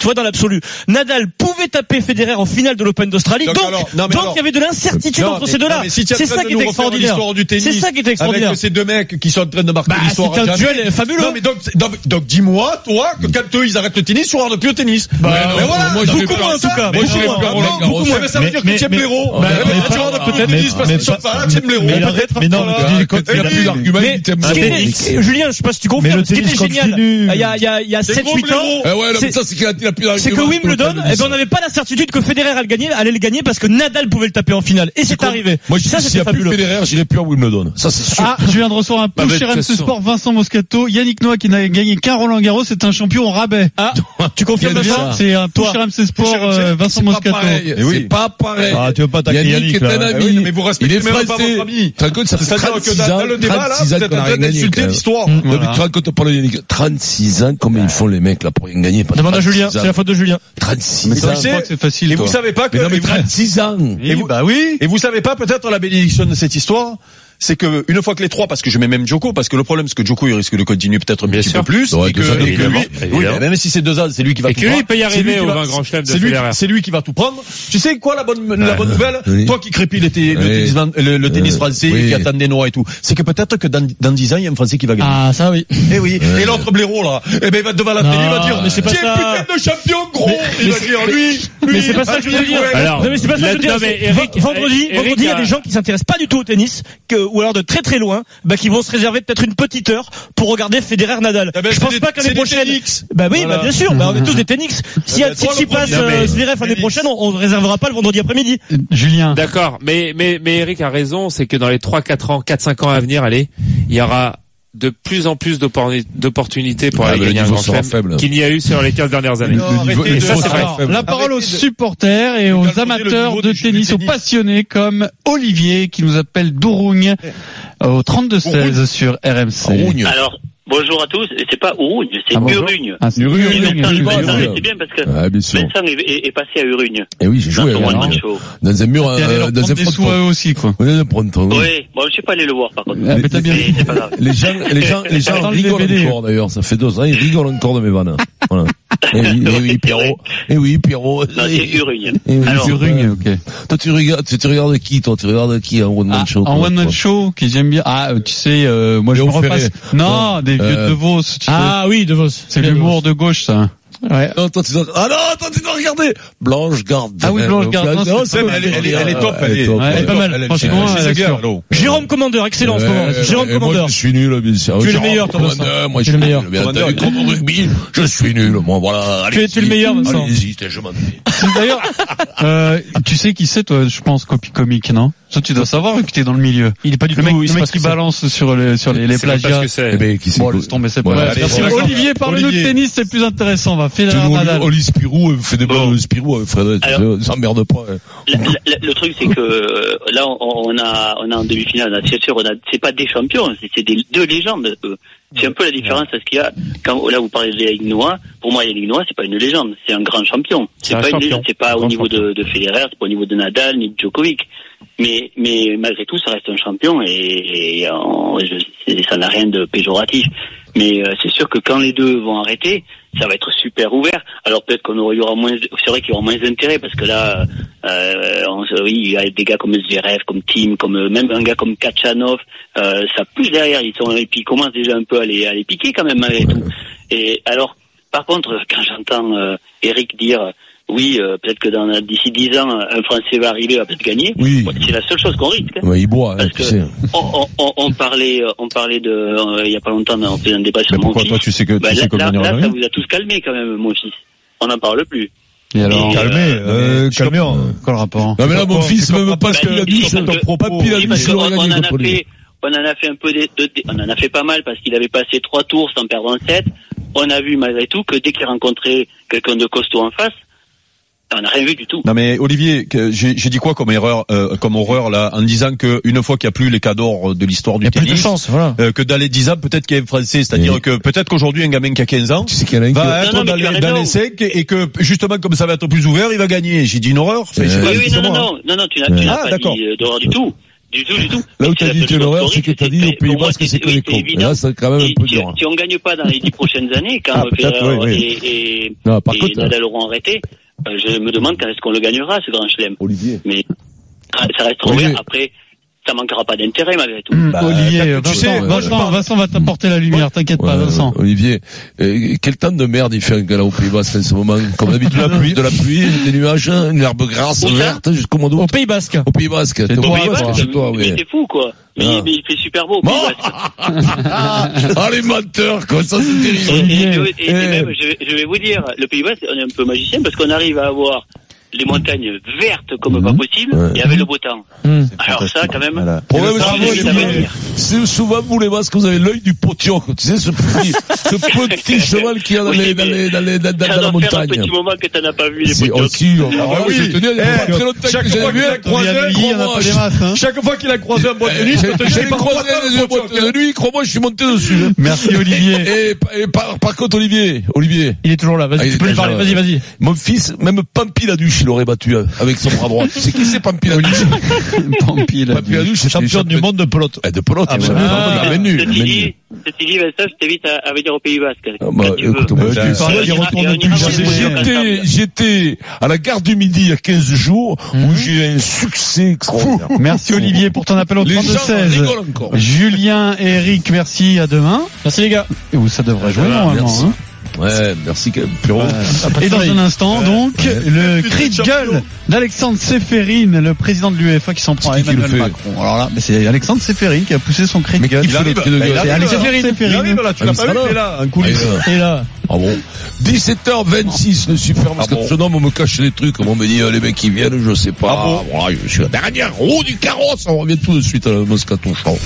[SPEAKER 5] tu vois dans l'absolu. Nadal pouvait taper Federer en finale de l'Open d'Australie. Donc
[SPEAKER 10] Donc alors, non, mais
[SPEAKER 5] donc
[SPEAKER 10] alors-
[SPEAKER 5] il y avait de l'incertitude
[SPEAKER 10] Non,
[SPEAKER 5] entre
[SPEAKER 10] mais-
[SPEAKER 5] ces
[SPEAKER 10] non,
[SPEAKER 5] deux-là.
[SPEAKER 10] mais si tu es
[SPEAKER 5] C'est
[SPEAKER 10] en train
[SPEAKER 5] ça
[SPEAKER 10] de
[SPEAKER 5] qui est
[SPEAKER 10] nous refaire
[SPEAKER 5] extraordinaire.
[SPEAKER 10] l'histoire du tennis
[SPEAKER 5] C'est ça qui est extraordinaire.
[SPEAKER 10] Avec euh, ces deux mecs qui sont en train de marquer
[SPEAKER 5] Bah,
[SPEAKER 10] l'histoire.
[SPEAKER 5] c'était
[SPEAKER 10] à
[SPEAKER 5] un
[SPEAKER 10] jamais.
[SPEAKER 5] duel fabuleux.
[SPEAKER 10] Non, mais donc, donc, donc dis-moi, toi, que quand eux, ils arrêtent le tennis, tu regardes plus au tennis.
[SPEAKER 7] Mais non,
[SPEAKER 10] mais voilà,
[SPEAKER 7] moi, je
[SPEAKER 10] beaucoup
[SPEAKER 7] vais pas
[SPEAKER 10] moins,
[SPEAKER 7] faire
[SPEAKER 10] en tout
[SPEAKER 7] ça.
[SPEAKER 10] cas.
[SPEAKER 7] Mais
[SPEAKER 10] Beaucoup
[SPEAKER 7] je vais
[SPEAKER 10] moins.
[SPEAKER 7] faire
[SPEAKER 10] Ah,
[SPEAKER 7] Roland
[SPEAKER 10] non,
[SPEAKER 7] Garros.
[SPEAKER 10] beaucoup moins. Mais ça veut dire que
[SPEAKER 6] Mais-
[SPEAKER 10] tu aimes
[SPEAKER 6] mais-
[SPEAKER 10] Blaireau.
[SPEAKER 6] mais- mais-
[SPEAKER 10] Mais tu regardes plus
[SPEAKER 6] mais-
[SPEAKER 10] au tennis parce
[SPEAKER 6] mais-
[SPEAKER 10] que tu pas là, tu aimes Blaireau.
[SPEAKER 6] mais la- mais non,
[SPEAKER 10] Voilà.
[SPEAKER 6] mais tu dis que-
[SPEAKER 10] Et
[SPEAKER 7] Il n'y a
[SPEAKER 10] puis,
[SPEAKER 7] plus d'argument,
[SPEAKER 6] Mais-
[SPEAKER 7] il t'aime
[SPEAKER 5] Ce qui
[SPEAKER 7] pas.
[SPEAKER 5] était-
[SPEAKER 6] Eric.
[SPEAKER 5] Julien, je sais pas si tu
[SPEAKER 6] Mais
[SPEAKER 5] confirmes,
[SPEAKER 6] le
[SPEAKER 5] ce qui
[SPEAKER 6] tennis
[SPEAKER 5] était génial,
[SPEAKER 6] continue.
[SPEAKER 5] il y a, il y a, il y a
[SPEAKER 10] C'est
[SPEAKER 5] 7,
[SPEAKER 10] gros
[SPEAKER 5] 8 ans,
[SPEAKER 10] Blaireau.
[SPEAKER 7] Eh ouais, non, mais
[SPEAKER 5] C'est-
[SPEAKER 7] ça, c'est qu'il a il a plus d'argument.
[SPEAKER 5] c'est que Wimbledon, eh ben, on n'avait pas la certitude que Federer allait le gagner, allait le gagner parce que Nadal pouvait le taper en finale. Et c'est arrivé.
[SPEAKER 7] Moi, je
[SPEAKER 5] ça,
[SPEAKER 7] dis, s'il n'y
[SPEAKER 5] c'était
[SPEAKER 7] a plus
[SPEAKER 5] fabuleux.
[SPEAKER 7] Federer, j'irai plus à Wimbledon. Ça, c'est sûr.
[SPEAKER 1] Ah, je viens de recevoir un
[SPEAKER 4] Bah,
[SPEAKER 1] push
[SPEAKER 4] bah,
[SPEAKER 1] chez
[SPEAKER 4] de toute
[SPEAKER 1] RMC
[SPEAKER 4] façon.
[SPEAKER 1] Sport, Vincent Moscato, Yannick Noah qui n'a gagné qu'un Roland Garros, c'est un champion au rabais.
[SPEAKER 5] Ah, tu confirmes
[SPEAKER 7] Il y a
[SPEAKER 5] ça?
[SPEAKER 1] C'est un push RMC Sport, euh, Vincent
[SPEAKER 7] C'est pas
[SPEAKER 1] Moscato.
[SPEAKER 7] pareil.
[SPEAKER 6] Eh oui.
[SPEAKER 7] C'est pas pareil.
[SPEAKER 6] Ah, tu veux pas attaquer
[SPEAKER 7] Yannick
[SPEAKER 6] Yannick,
[SPEAKER 7] est
[SPEAKER 6] là,
[SPEAKER 7] un
[SPEAKER 6] hein.
[SPEAKER 7] ami.
[SPEAKER 10] oui, mais vous respectez
[SPEAKER 7] Il est
[SPEAKER 10] même pas
[SPEAKER 7] français.
[SPEAKER 10] votre ami.
[SPEAKER 7] Tu te rends compte, ça fait
[SPEAKER 10] C'est-à-dire que
[SPEAKER 7] 36
[SPEAKER 10] dans,
[SPEAKER 7] ans.
[SPEAKER 10] dans le débat, là,
[SPEAKER 7] 36
[SPEAKER 10] vous
[SPEAKER 7] ans
[SPEAKER 10] êtes
[SPEAKER 7] qu'on
[SPEAKER 10] en
[SPEAKER 7] a
[SPEAKER 10] train
[SPEAKER 7] rien gagné. quand
[SPEAKER 10] d'insulter
[SPEAKER 7] même.
[SPEAKER 10] l'histoire.
[SPEAKER 7] Non, mais tu te rends compte, on parle de Yannick. 36 ans, comment ils font les mecs, là, pour rien gagner? pas
[SPEAKER 5] Demande à Julien,
[SPEAKER 7] 36 ans.
[SPEAKER 5] c'est la faute de Julien.
[SPEAKER 7] 36
[SPEAKER 10] ça,
[SPEAKER 7] ans.
[SPEAKER 10] je crois que
[SPEAKER 1] c'est facile.
[SPEAKER 10] Et vous savez pas que...
[SPEAKER 7] Mais non, mais
[SPEAKER 10] et vous-
[SPEAKER 7] 36 ans.
[SPEAKER 10] Et vous, oui. Et vous savez pas peut-être la bénédiction de cette histoire, c'est que une fois que les trois, parce que je mets même Joko, parce que le problème c'est que Joko il risque de continuer peut-être un
[SPEAKER 4] Bien
[SPEAKER 10] petit
[SPEAKER 4] sûr.
[SPEAKER 10] peu plus,
[SPEAKER 7] Ouais,
[SPEAKER 10] et que,
[SPEAKER 7] deux ans,
[SPEAKER 10] et que
[SPEAKER 4] évidemment,
[SPEAKER 10] lui,
[SPEAKER 4] évidemment.
[SPEAKER 10] oui, mais même si c'est deux ans, c'est lui qui va
[SPEAKER 4] Et
[SPEAKER 10] tout
[SPEAKER 4] que lui,
[SPEAKER 10] prendre.
[SPEAKER 4] il peut y
[SPEAKER 10] C'est lui
[SPEAKER 4] arriver
[SPEAKER 10] qui
[SPEAKER 4] au
[SPEAKER 10] va-
[SPEAKER 4] 20 grands chelems de
[SPEAKER 10] c'est lui,
[SPEAKER 4] Federer.
[SPEAKER 10] C'est lui qui va tout prendre. Tu sais quoi la bonne la bonne nouvelle,
[SPEAKER 7] oui.
[SPEAKER 10] toi qui crépis le, thé- le
[SPEAKER 7] Oui.
[SPEAKER 10] tennis, van- le, le tennis
[SPEAKER 7] Euh,
[SPEAKER 10] français,
[SPEAKER 7] oui.
[SPEAKER 10] qui attend des noirs et tout, c'est que peut-être que dans dans dix ans il y a un français qui va gagner.
[SPEAKER 5] Ah, ça oui.
[SPEAKER 10] Eh oui. Et l'autre blaireau là, eh ben il va devant la
[SPEAKER 5] Non,
[SPEAKER 10] télé, il va dire,
[SPEAKER 5] mais c'est pas
[SPEAKER 10] Tiens,
[SPEAKER 5] ça.
[SPEAKER 10] putain de champion gros, il va dire lui.
[SPEAKER 5] Mais
[SPEAKER 10] lui,
[SPEAKER 5] c'est pas ça que je voulais dire.
[SPEAKER 10] Adrien
[SPEAKER 4] Alors,
[SPEAKER 5] non, mais c'est pas ça que je veux
[SPEAKER 4] là-
[SPEAKER 5] dire.
[SPEAKER 4] non, mais
[SPEAKER 5] c'est-
[SPEAKER 4] Eric-
[SPEAKER 5] v- vendredi,
[SPEAKER 4] Eric
[SPEAKER 5] vendredi, il y a
[SPEAKER 4] a-
[SPEAKER 5] des gens qui s'intéressent pas du tout au tennis, que, ou alors de très très loin, bah, qui vont se réserver peut-être une petite heure pour regarder Federer Nadal.
[SPEAKER 10] Eh ben,
[SPEAKER 5] je
[SPEAKER 10] c'est
[SPEAKER 5] pense
[SPEAKER 10] des-
[SPEAKER 5] pas qu'année
[SPEAKER 10] c'est des
[SPEAKER 5] prochaine.
[SPEAKER 10] Ténix.
[SPEAKER 5] Bah oui,
[SPEAKER 10] Voilà.
[SPEAKER 5] bah, bien sûr, bah, on est tous des tennis. S'il y
[SPEAKER 10] ben,
[SPEAKER 5] a
[SPEAKER 10] toi, le
[SPEAKER 5] Tsitsipas,
[SPEAKER 10] premier.
[SPEAKER 5] euh,
[SPEAKER 4] Non, mais-
[SPEAKER 5] Zverev l'année prochaine, on, on ne réservera pas le vendredi après-midi.
[SPEAKER 1] Julien.
[SPEAKER 4] D'accord, mais, mais, mais Eric a raison, c'est que dans les 3, 4 ans, 4, 5 ans à venir, allez, il y aura de plus en plus d'oppor- d'opportunités pour
[SPEAKER 7] Ouais,
[SPEAKER 4] aller
[SPEAKER 7] mais Ah, le
[SPEAKER 4] gagner un
[SPEAKER 7] niveau
[SPEAKER 4] grand
[SPEAKER 7] sera
[SPEAKER 4] chelem
[SPEAKER 7] faible.
[SPEAKER 4] qu'il n'y a eu sur les 15 dernières années.
[SPEAKER 10] Non, arrêtez
[SPEAKER 7] il
[SPEAKER 10] de-
[SPEAKER 4] Et ça, c'est vrai.
[SPEAKER 5] Euh,
[SPEAKER 1] Alors, la parole aux supporters et
[SPEAKER 10] Calmez
[SPEAKER 1] aux
[SPEAKER 10] le
[SPEAKER 1] amateurs
[SPEAKER 10] niveau
[SPEAKER 1] de
[SPEAKER 10] du jeu du
[SPEAKER 1] tennis, aux
[SPEAKER 10] tennis.
[SPEAKER 1] passionnés comme Olivier qui nous appelle Dourougne au 32-16 sur RMC.
[SPEAKER 7] Rougne.
[SPEAKER 3] Alors,
[SPEAKER 10] Bonjour à tous. Et C'est pas Urugne, c'est
[SPEAKER 1] Ah, bonjour.
[SPEAKER 10] Urugne.
[SPEAKER 1] Ah, c'est
[SPEAKER 10] Et
[SPEAKER 1] Urugne.
[SPEAKER 10] Vincent,
[SPEAKER 1] Urugne.
[SPEAKER 9] euh,
[SPEAKER 10] Vincent,
[SPEAKER 7] Urugne.
[SPEAKER 10] c'est bien parce que
[SPEAKER 7] Ah, bien sûr.
[SPEAKER 10] Vincent est, est- est passé à Urugne.
[SPEAKER 7] Eh oui, j'ai
[SPEAKER 10] Dans
[SPEAKER 7] joué
[SPEAKER 10] son
[SPEAKER 7] à
[SPEAKER 10] one-man
[SPEAKER 7] Rennes.
[SPEAKER 10] show.
[SPEAKER 7] Dans un mur,
[SPEAKER 1] Et aller
[SPEAKER 7] euh,
[SPEAKER 1] leur
[SPEAKER 7] dans
[SPEAKER 1] prendre
[SPEAKER 7] un
[SPEAKER 1] des sous à
[SPEAKER 7] fronton.
[SPEAKER 1] eux aussi, quoi.
[SPEAKER 7] Oui, dans un fronton, oui.
[SPEAKER 10] Oui, bon, je suis pas allé le voir par contre.
[SPEAKER 1] Ah, mais t'as bien
[SPEAKER 10] Mais
[SPEAKER 1] fait.
[SPEAKER 10] c'est pas grave.
[SPEAKER 7] Les gens, les gens, les gens
[SPEAKER 1] Attends, le
[SPEAKER 7] rigolent
[SPEAKER 1] DVD.
[SPEAKER 7] encore d'ailleurs. Ça fait deux ans, ils rigolent encore de mes vannes. Voilà. Eh oui, eh oui, Pierrot. Eh oui, Pierrot.
[SPEAKER 10] Non, Ah, c'est
[SPEAKER 7] Eh-
[SPEAKER 10] Urugne.
[SPEAKER 7] eh oui,
[SPEAKER 10] Alors,
[SPEAKER 1] Urugne, ok.
[SPEAKER 7] Toi, tu regardes, tu, tu regardes qui, toi? Tu regardes qui en One Man
[SPEAKER 1] Ah,
[SPEAKER 7] Show?
[SPEAKER 1] en
[SPEAKER 7] toi,
[SPEAKER 1] one man
[SPEAKER 7] toi
[SPEAKER 1] show que j'aime bien. Ah, euh, tu sais, euh, moi
[SPEAKER 7] Léo
[SPEAKER 1] je me repasse.
[SPEAKER 7] Ferré.
[SPEAKER 1] Non, des vieux
[SPEAKER 7] Euh,
[SPEAKER 1] de Vos. tu sais.
[SPEAKER 5] Ah oui, De Vos.
[SPEAKER 1] c'est l'humour de gauche, ça.
[SPEAKER 5] Ouais.
[SPEAKER 7] Non, toi, tu dois, ah non, toi, tu dois regarder! Blanche Gardin.
[SPEAKER 1] Ah oui, Blanche Gardin,
[SPEAKER 7] Euh, Non,
[SPEAKER 1] c'est
[SPEAKER 7] c'est
[SPEAKER 1] pas
[SPEAKER 7] pas
[SPEAKER 1] mal.
[SPEAKER 7] mal.
[SPEAKER 1] Elle est- elle est
[SPEAKER 11] top, elle est-
[SPEAKER 7] top,
[SPEAKER 1] Ouais, elle est
[SPEAKER 7] ouais.
[SPEAKER 1] pas mal. Franchement,
[SPEAKER 11] Chez
[SPEAKER 1] elle
[SPEAKER 11] Sager,
[SPEAKER 1] assure.
[SPEAKER 11] allô.
[SPEAKER 5] Jérôme Commandeur, excellent en ce moment.
[SPEAKER 7] Ouais,
[SPEAKER 5] Jérôme
[SPEAKER 7] et Moi,
[SPEAKER 5] Commandeur.
[SPEAKER 7] je suis nul, bien sûr. Ah,
[SPEAKER 5] Tu es le
[SPEAKER 7] Jérôme
[SPEAKER 5] meilleur, toi, Vincent.
[SPEAKER 7] Commandeur, Moi,
[SPEAKER 5] Tu
[SPEAKER 7] je
[SPEAKER 5] es
[SPEAKER 7] suis
[SPEAKER 5] le meilleur.
[SPEAKER 7] nul. Mais attends,
[SPEAKER 11] Commandeur.
[SPEAKER 7] comme au rugby, je suis nul. Moi, voilà.
[SPEAKER 5] Tu es- tu es le meilleur, Vincent.
[SPEAKER 7] Allez-y, je m'en vais.
[SPEAKER 1] D'ailleurs, euh, tu sais qui c'est, toi, je pense, copie comique, non Ça, tu dois savoir, vu que t'es dans le milieu.
[SPEAKER 5] Il est pas du
[SPEAKER 1] Le mec,
[SPEAKER 5] tout. il
[SPEAKER 1] le
[SPEAKER 5] sait
[SPEAKER 1] mec
[SPEAKER 5] pas ce
[SPEAKER 1] qui
[SPEAKER 5] que c'est.
[SPEAKER 1] balance sur les, sur les, les
[SPEAKER 4] C'est même pas ce
[SPEAKER 1] plagiats.
[SPEAKER 4] que c'est.
[SPEAKER 7] Eh ben, qui c'est?
[SPEAKER 1] Bon, laisse tomber, c'est pas
[SPEAKER 7] Ouais,
[SPEAKER 1] grave.
[SPEAKER 7] allez,
[SPEAKER 1] Merci,
[SPEAKER 7] bon,
[SPEAKER 1] Olivier, parle-nous de
[SPEAKER 11] Olivier.
[SPEAKER 1] tennis, c'est plus intéressant, on va.
[SPEAKER 7] Tu
[SPEAKER 1] Federer,
[SPEAKER 7] nous
[SPEAKER 1] Nadal.
[SPEAKER 7] Oli Spirou, euh, fait des
[SPEAKER 10] Bon.
[SPEAKER 7] balles de Spirou, euh, Fred,
[SPEAKER 10] Alors.
[SPEAKER 7] euh, ça m'emmerde pas. hein.
[SPEAKER 10] la- la- le truc, c'est que euh, là, on, on a, on a en demi-finale, on a c'est sûr, on a, c'est pas des champions, c'est- c'est des deux légendes. eux. C'est un peu la différence à ce qu'il y a. Quand là, vous parlez de Yannick Noah, pour moi, Yannick Noah, c'est pas une légende, c'est un grand champion.
[SPEAKER 4] C'est
[SPEAKER 10] C'est
[SPEAKER 4] un
[SPEAKER 10] pas une
[SPEAKER 4] champion.
[SPEAKER 10] légende, c'est pas au
[SPEAKER 4] Grand
[SPEAKER 10] niveau de, de Federer, c'est pas au niveau de Nadal ni de Djokovic. Mais, mais malgré tout, ça reste un champion et, et en- je- c'est- ça n'a rien de péjoratif. Mais euh, c'est sûr que quand les deux vont arrêter, ça va être super ouvert. Alors peut-être qu'on aura, il y aura moins, c'est vrai qu'il y aura moins d'intérêt parce que là, euh, on se- oui, il y a des gars comme Zverev, comme Tim, comme euh, même un gars comme Kachanov, euh, ça pousse derrière. Ils sont et puis ils commencent déjà un peu à les, à les piquer quand même malgré tout. Et alors, par contre, quand j'entends euh, Eric dire oui, euh, peut-être que dans d'ici 10 ans, un Français va arriver, va peut-être gagner.
[SPEAKER 7] Oui.
[SPEAKER 10] Bon, C'est la seule chose qu'on risque. hein.
[SPEAKER 7] Ouais, il boit, hein,
[SPEAKER 10] Parce
[SPEAKER 7] tu
[SPEAKER 10] que
[SPEAKER 7] sais.
[SPEAKER 10] on, on- on- on parlait, euh, on parlait de, euh, il y a pas longtemps, on faisait un débat sur
[SPEAKER 11] Mais
[SPEAKER 10] mon
[SPEAKER 11] pourquoi
[SPEAKER 10] fils.
[SPEAKER 11] toi tu sais que
[SPEAKER 10] Bah,
[SPEAKER 11] tu sais
[SPEAKER 10] là,
[SPEAKER 11] comment
[SPEAKER 10] là,
[SPEAKER 11] venir
[SPEAKER 10] là,
[SPEAKER 11] à
[SPEAKER 10] ça
[SPEAKER 11] rien
[SPEAKER 10] vous a tous calmé quand même, mon fils. On n'en parle plus.
[SPEAKER 1] Et alors,
[SPEAKER 10] Et, euh,
[SPEAKER 12] Calmez, euh, calmons.
[SPEAKER 1] quoi le hein. rapport hein.
[SPEAKER 7] Non, mais là, mon
[SPEAKER 12] comprends-
[SPEAKER 7] fils,
[SPEAKER 12] je
[SPEAKER 7] même
[SPEAKER 12] comprends
[SPEAKER 7] pas ce
[SPEAKER 10] pas
[SPEAKER 7] qu'il a
[SPEAKER 10] si-
[SPEAKER 7] dit,
[SPEAKER 10] parce
[SPEAKER 7] c'est
[SPEAKER 10] que-
[SPEAKER 7] un propos.
[SPEAKER 12] Pas pile à
[SPEAKER 10] Oui,
[SPEAKER 7] Il
[SPEAKER 10] parce
[SPEAKER 7] se
[SPEAKER 10] qu'on
[SPEAKER 7] l'aurait
[SPEAKER 10] on
[SPEAKER 7] gagné
[SPEAKER 10] en
[SPEAKER 7] contre
[SPEAKER 10] a
[SPEAKER 7] lui.
[SPEAKER 10] fait, on en a fait un peu des, de- des- on en a fait pas mal parce qu'il avait passé trois tours sans perdre en sept. On a vu malgré tout que dès qu'il rencontrait quelqu'un de costaud en face, on n'a rien vu du tout.
[SPEAKER 11] Non mais Olivier, que- j'ai j'ai dit quoi comme erreur, euh, comme horreur là, en disant que une fois qu'il n'y a plus les cadors de l'histoire
[SPEAKER 5] Il y
[SPEAKER 11] du
[SPEAKER 5] a plus de
[SPEAKER 11] tennis,
[SPEAKER 5] chance, voilà.
[SPEAKER 11] euh, que dans les 10 ans peut-être qu'il y a un Français, c'est-à-dire
[SPEAKER 7] Oui.
[SPEAKER 11] que peut-être qu'aujourd'hui un gamin qui a 15 ans
[SPEAKER 7] Tu sais qu'il y en a un qui
[SPEAKER 11] va
[SPEAKER 10] Non,
[SPEAKER 11] être
[SPEAKER 10] non, mais
[SPEAKER 11] dans,
[SPEAKER 10] tu as
[SPEAKER 11] les,
[SPEAKER 10] raison.
[SPEAKER 11] dans les cinq et que justement comme ça va être plus ouvert, il va gagner. J'ai dit une horreur. Enfin, je sais
[SPEAKER 7] Euh,
[SPEAKER 11] pas,
[SPEAKER 10] Oui, oui, non,
[SPEAKER 11] dites-moi,
[SPEAKER 10] non,
[SPEAKER 11] hein.
[SPEAKER 10] non, non, non, tu n'as tu n'as
[SPEAKER 11] Ah,
[SPEAKER 10] pas
[SPEAKER 11] d'accord.
[SPEAKER 10] dit euh, d'horreur du tout. Du tout, du tout.
[SPEAKER 7] Là où
[SPEAKER 10] Mais
[SPEAKER 7] t'as
[SPEAKER 10] la
[SPEAKER 7] dit
[SPEAKER 10] seule
[SPEAKER 7] que
[SPEAKER 10] chose
[SPEAKER 7] l'horreur, c'est
[SPEAKER 10] historique,
[SPEAKER 7] que t'as dit au
[SPEAKER 10] pour
[SPEAKER 7] Pays
[SPEAKER 10] moi,
[SPEAKER 7] Basque, c'est que
[SPEAKER 10] oui,
[SPEAKER 7] les cons. Et
[SPEAKER 10] évident.
[SPEAKER 7] là, c'est quand même un
[SPEAKER 10] Si-
[SPEAKER 7] peu
[SPEAKER 10] si-
[SPEAKER 7] dur. hein.
[SPEAKER 10] Si on gagne pas dans les dix prochaines années, quand
[SPEAKER 7] Ah, peut-être,
[SPEAKER 10] Federer
[SPEAKER 7] oui, oui.
[SPEAKER 10] et, et,
[SPEAKER 7] Non, par
[SPEAKER 10] et
[SPEAKER 7] contre,
[SPEAKER 10] Nadal auront arrêté, euh, je me demande quand est-ce qu'on le gagnera, ce grand chelem.
[SPEAKER 7] Olivier.
[SPEAKER 10] Mais ah, ça restera
[SPEAKER 7] Oui,
[SPEAKER 10] ouvert.
[SPEAKER 7] oui.
[SPEAKER 10] Après, ça manquera pas d'intérêt malgré tout.
[SPEAKER 7] Bah,
[SPEAKER 1] Olivier,
[SPEAKER 7] tu sais,
[SPEAKER 1] Vincent,
[SPEAKER 7] ouais,
[SPEAKER 1] Vincent, Vincent va t'apporter la lumière, t'inquiète pas,
[SPEAKER 7] Ouais,
[SPEAKER 1] Vincent.
[SPEAKER 7] ouais, Olivier, euh, quel temps de merde il fait un gala au Pays Basque en ce moment Comme d'habitude, la pluie, de la pluie, des nuages, une herbe grasse,
[SPEAKER 10] Où ça
[SPEAKER 7] verte, jusqu'au mois
[SPEAKER 5] Au
[SPEAKER 7] d'août.
[SPEAKER 5] Pays Basque.
[SPEAKER 7] Au Pays Basque, t'es au
[SPEAKER 1] toi,
[SPEAKER 7] Pays
[SPEAKER 1] toi.
[SPEAKER 7] Basque, chez toi,
[SPEAKER 10] mais
[SPEAKER 7] oui.
[SPEAKER 10] c'est fou quoi. Mais,
[SPEAKER 7] Ah.
[SPEAKER 10] mais il fait super beau. au Pays
[SPEAKER 7] Bon.
[SPEAKER 10] Basque.
[SPEAKER 7] Ah, les menteurs, quoi, ça c'est
[SPEAKER 10] Et,
[SPEAKER 7] terrible.
[SPEAKER 10] et- et- et
[SPEAKER 7] Eh.
[SPEAKER 10] même, je, vais- je vais vous dire, le Pays Basque, on est un peu magicien parce qu'on arrive à avoir les montagnes vertes comme pas possible
[SPEAKER 7] Mhm. Ouais. Mhm.
[SPEAKER 10] et avec le beau temps.
[SPEAKER 5] Mmh.
[SPEAKER 10] Alors ça, quand même,
[SPEAKER 11] Voilà.
[SPEAKER 7] Problème,
[SPEAKER 10] le temps,
[SPEAKER 7] c'est
[SPEAKER 10] il
[SPEAKER 7] vous,
[SPEAKER 10] va
[SPEAKER 7] Olivier.
[SPEAKER 10] venir.
[SPEAKER 7] C'est souvent vous les Basques, vous avez l'œil du potion, quoi. tu sais, ce petit, ce petit cheval qui est dans,
[SPEAKER 10] Oui,
[SPEAKER 7] les, dans,
[SPEAKER 10] mais
[SPEAKER 7] les, dans, les, dans, dans la
[SPEAKER 10] ça doit faire un
[SPEAKER 7] montagne.
[SPEAKER 10] petit moment que t'en as pas vu les
[SPEAKER 7] C'est
[SPEAKER 10] potiocs.
[SPEAKER 7] aussi, on ah,
[SPEAKER 11] oui.
[SPEAKER 7] je te dis, il y a
[SPEAKER 11] Eh,
[SPEAKER 7] pas très longtemps que
[SPEAKER 11] chaque
[SPEAKER 7] j'ai
[SPEAKER 11] fois
[SPEAKER 7] vu
[SPEAKER 11] qu'il
[SPEAKER 7] un
[SPEAKER 11] a croisé
[SPEAKER 7] croisé,
[SPEAKER 11] un
[SPEAKER 1] Il y en a
[SPEAKER 7] crois-moi,
[SPEAKER 1] pas des
[SPEAKER 7] je-
[SPEAKER 1] masses, hein.
[SPEAKER 11] Chaque fois qu'il a croisé un boîte de nuit, je te
[SPEAKER 7] Eh, J'ai
[SPEAKER 11] dis, par
[SPEAKER 7] croisé
[SPEAKER 11] contre,
[SPEAKER 7] les boîtes de nuit, crois-moi, je suis monté dessus. hein.
[SPEAKER 1] Merci Olivier.
[SPEAKER 7] Et, et par, par contre, Olivier, Olivier,
[SPEAKER 5] Il est toujours là.
[SPEAKER 7] Ah,
[SPEAKER 5] Vas-y,
[SPEAKER 7] il
[SPEAKER 5] tu
[SPEAKER 7] est
[SPEAKER 5] peux lui
[SPEAKER 7] déjà
[SPEAKER 5] parler.
[SPEAKER 7] là.
[SPEAKER 5] Vas-y, vas-y.
[SPEAKER 7] mon fils, même Pampiladouche, il aurait battu euh, avec son bras droit. C'est qui c'est Pampiladouche
[SPEAKER 1] Tant pis, là.
[SPEAKER 7] Pampiladouche, c'est
[SPEAKER 12] Champion du monde de pelote.
[SPEAKER 7] Eh, De pelote, ah,
[SPEAKER 1] voilà.
[SPEAKER 7] il est
[SPEAKER 10] Ceci
[SPEAKER 7] venu.
[SPEAKER 10] dit, ceci dit, Vincent, je t'invite à, à venir au Pays Basque.
[SPEAKER 7] Ah, bah,
[SPEAKER 10] quand tu veux.
[SPEAKER 7] écoute-moi,
[SPEAKER 10] Et
[SPEAKER 7] je-
[SPEAKER 10] on
[SPEAKER 12] parles, il
[SPEAKER 10] ira-
[SPEAKER 12] retourne
[SPEAKER 10] et on
[SPEAKER 12] plus
[SPEAKER 10] ira
[SPEAKER 12] chez lui.
[SPEAKER 10] manger ensemble.
[SPEAKER 7] J'étais, j'étais à la gare du Midi il y a 15 jours où j'ai eu un succès extraordinaire.
[SPEAKER 1] Merci Olivier pour ton appel au
[SPEAKER 7] Les gens
[SPEAKER 1] 32-16.
[SPEAKER 7] rigolent encore.
[SPEAKER 1] Julien et Eric, merci, à demain.
[SPEAKER 5] Merci les gars.
[SPEAKER 1] Et où ça devrait jouer
[SPEAKER 7] Voilà,
[SPEAKER 1] normalement.
[SPEAKER 7] merci.
[SPEAKER 1] hein.
[SPEAKER 7] Ouais, merci quand même, Pierrot.
[SPEAKER 1] Et dans un instant, donc, le cri de gueule d'Alexandre Seferin, le président de l'UEFA qui s'en prend à
[SPEAKER 7] C'est qui qui le
[SPEAKER 1] Emmanuel
[SPEAKER 7] fait
[SPEAKER 1] Macron. Alors là, mais c'est Alexandre Seferin qui a poussé son cri de
[SPEAKER 7] Mais
[SPEAKER 1] gueule.
[SPEAKER 7] qui fait le cri de
[SPEAKER 1] C'est
[SPEAKER 7] gueule
[SPEAKER 1] Alexandre
[SPEAKER 11] Il arrive, Il
[SPEAKER 1] Seferin.
[SPEAKER 11] arrive là, tu l'as pas vu, il est là, un
[SPEAKER 7] Ah, il
[SPEAKER 11] coulisses.
[SPEAKER 7] est là.
[SPEAKER 5] Et là.
[SPEAKER 7] Ah bon 17h26, le super parce que ce homme on me cache des trucs, on me dit euh, les mecs qui viennent, je sais pas. voilà, je suis la dernière roue du carrosse, on revient tout de suite à la Moscaton Show.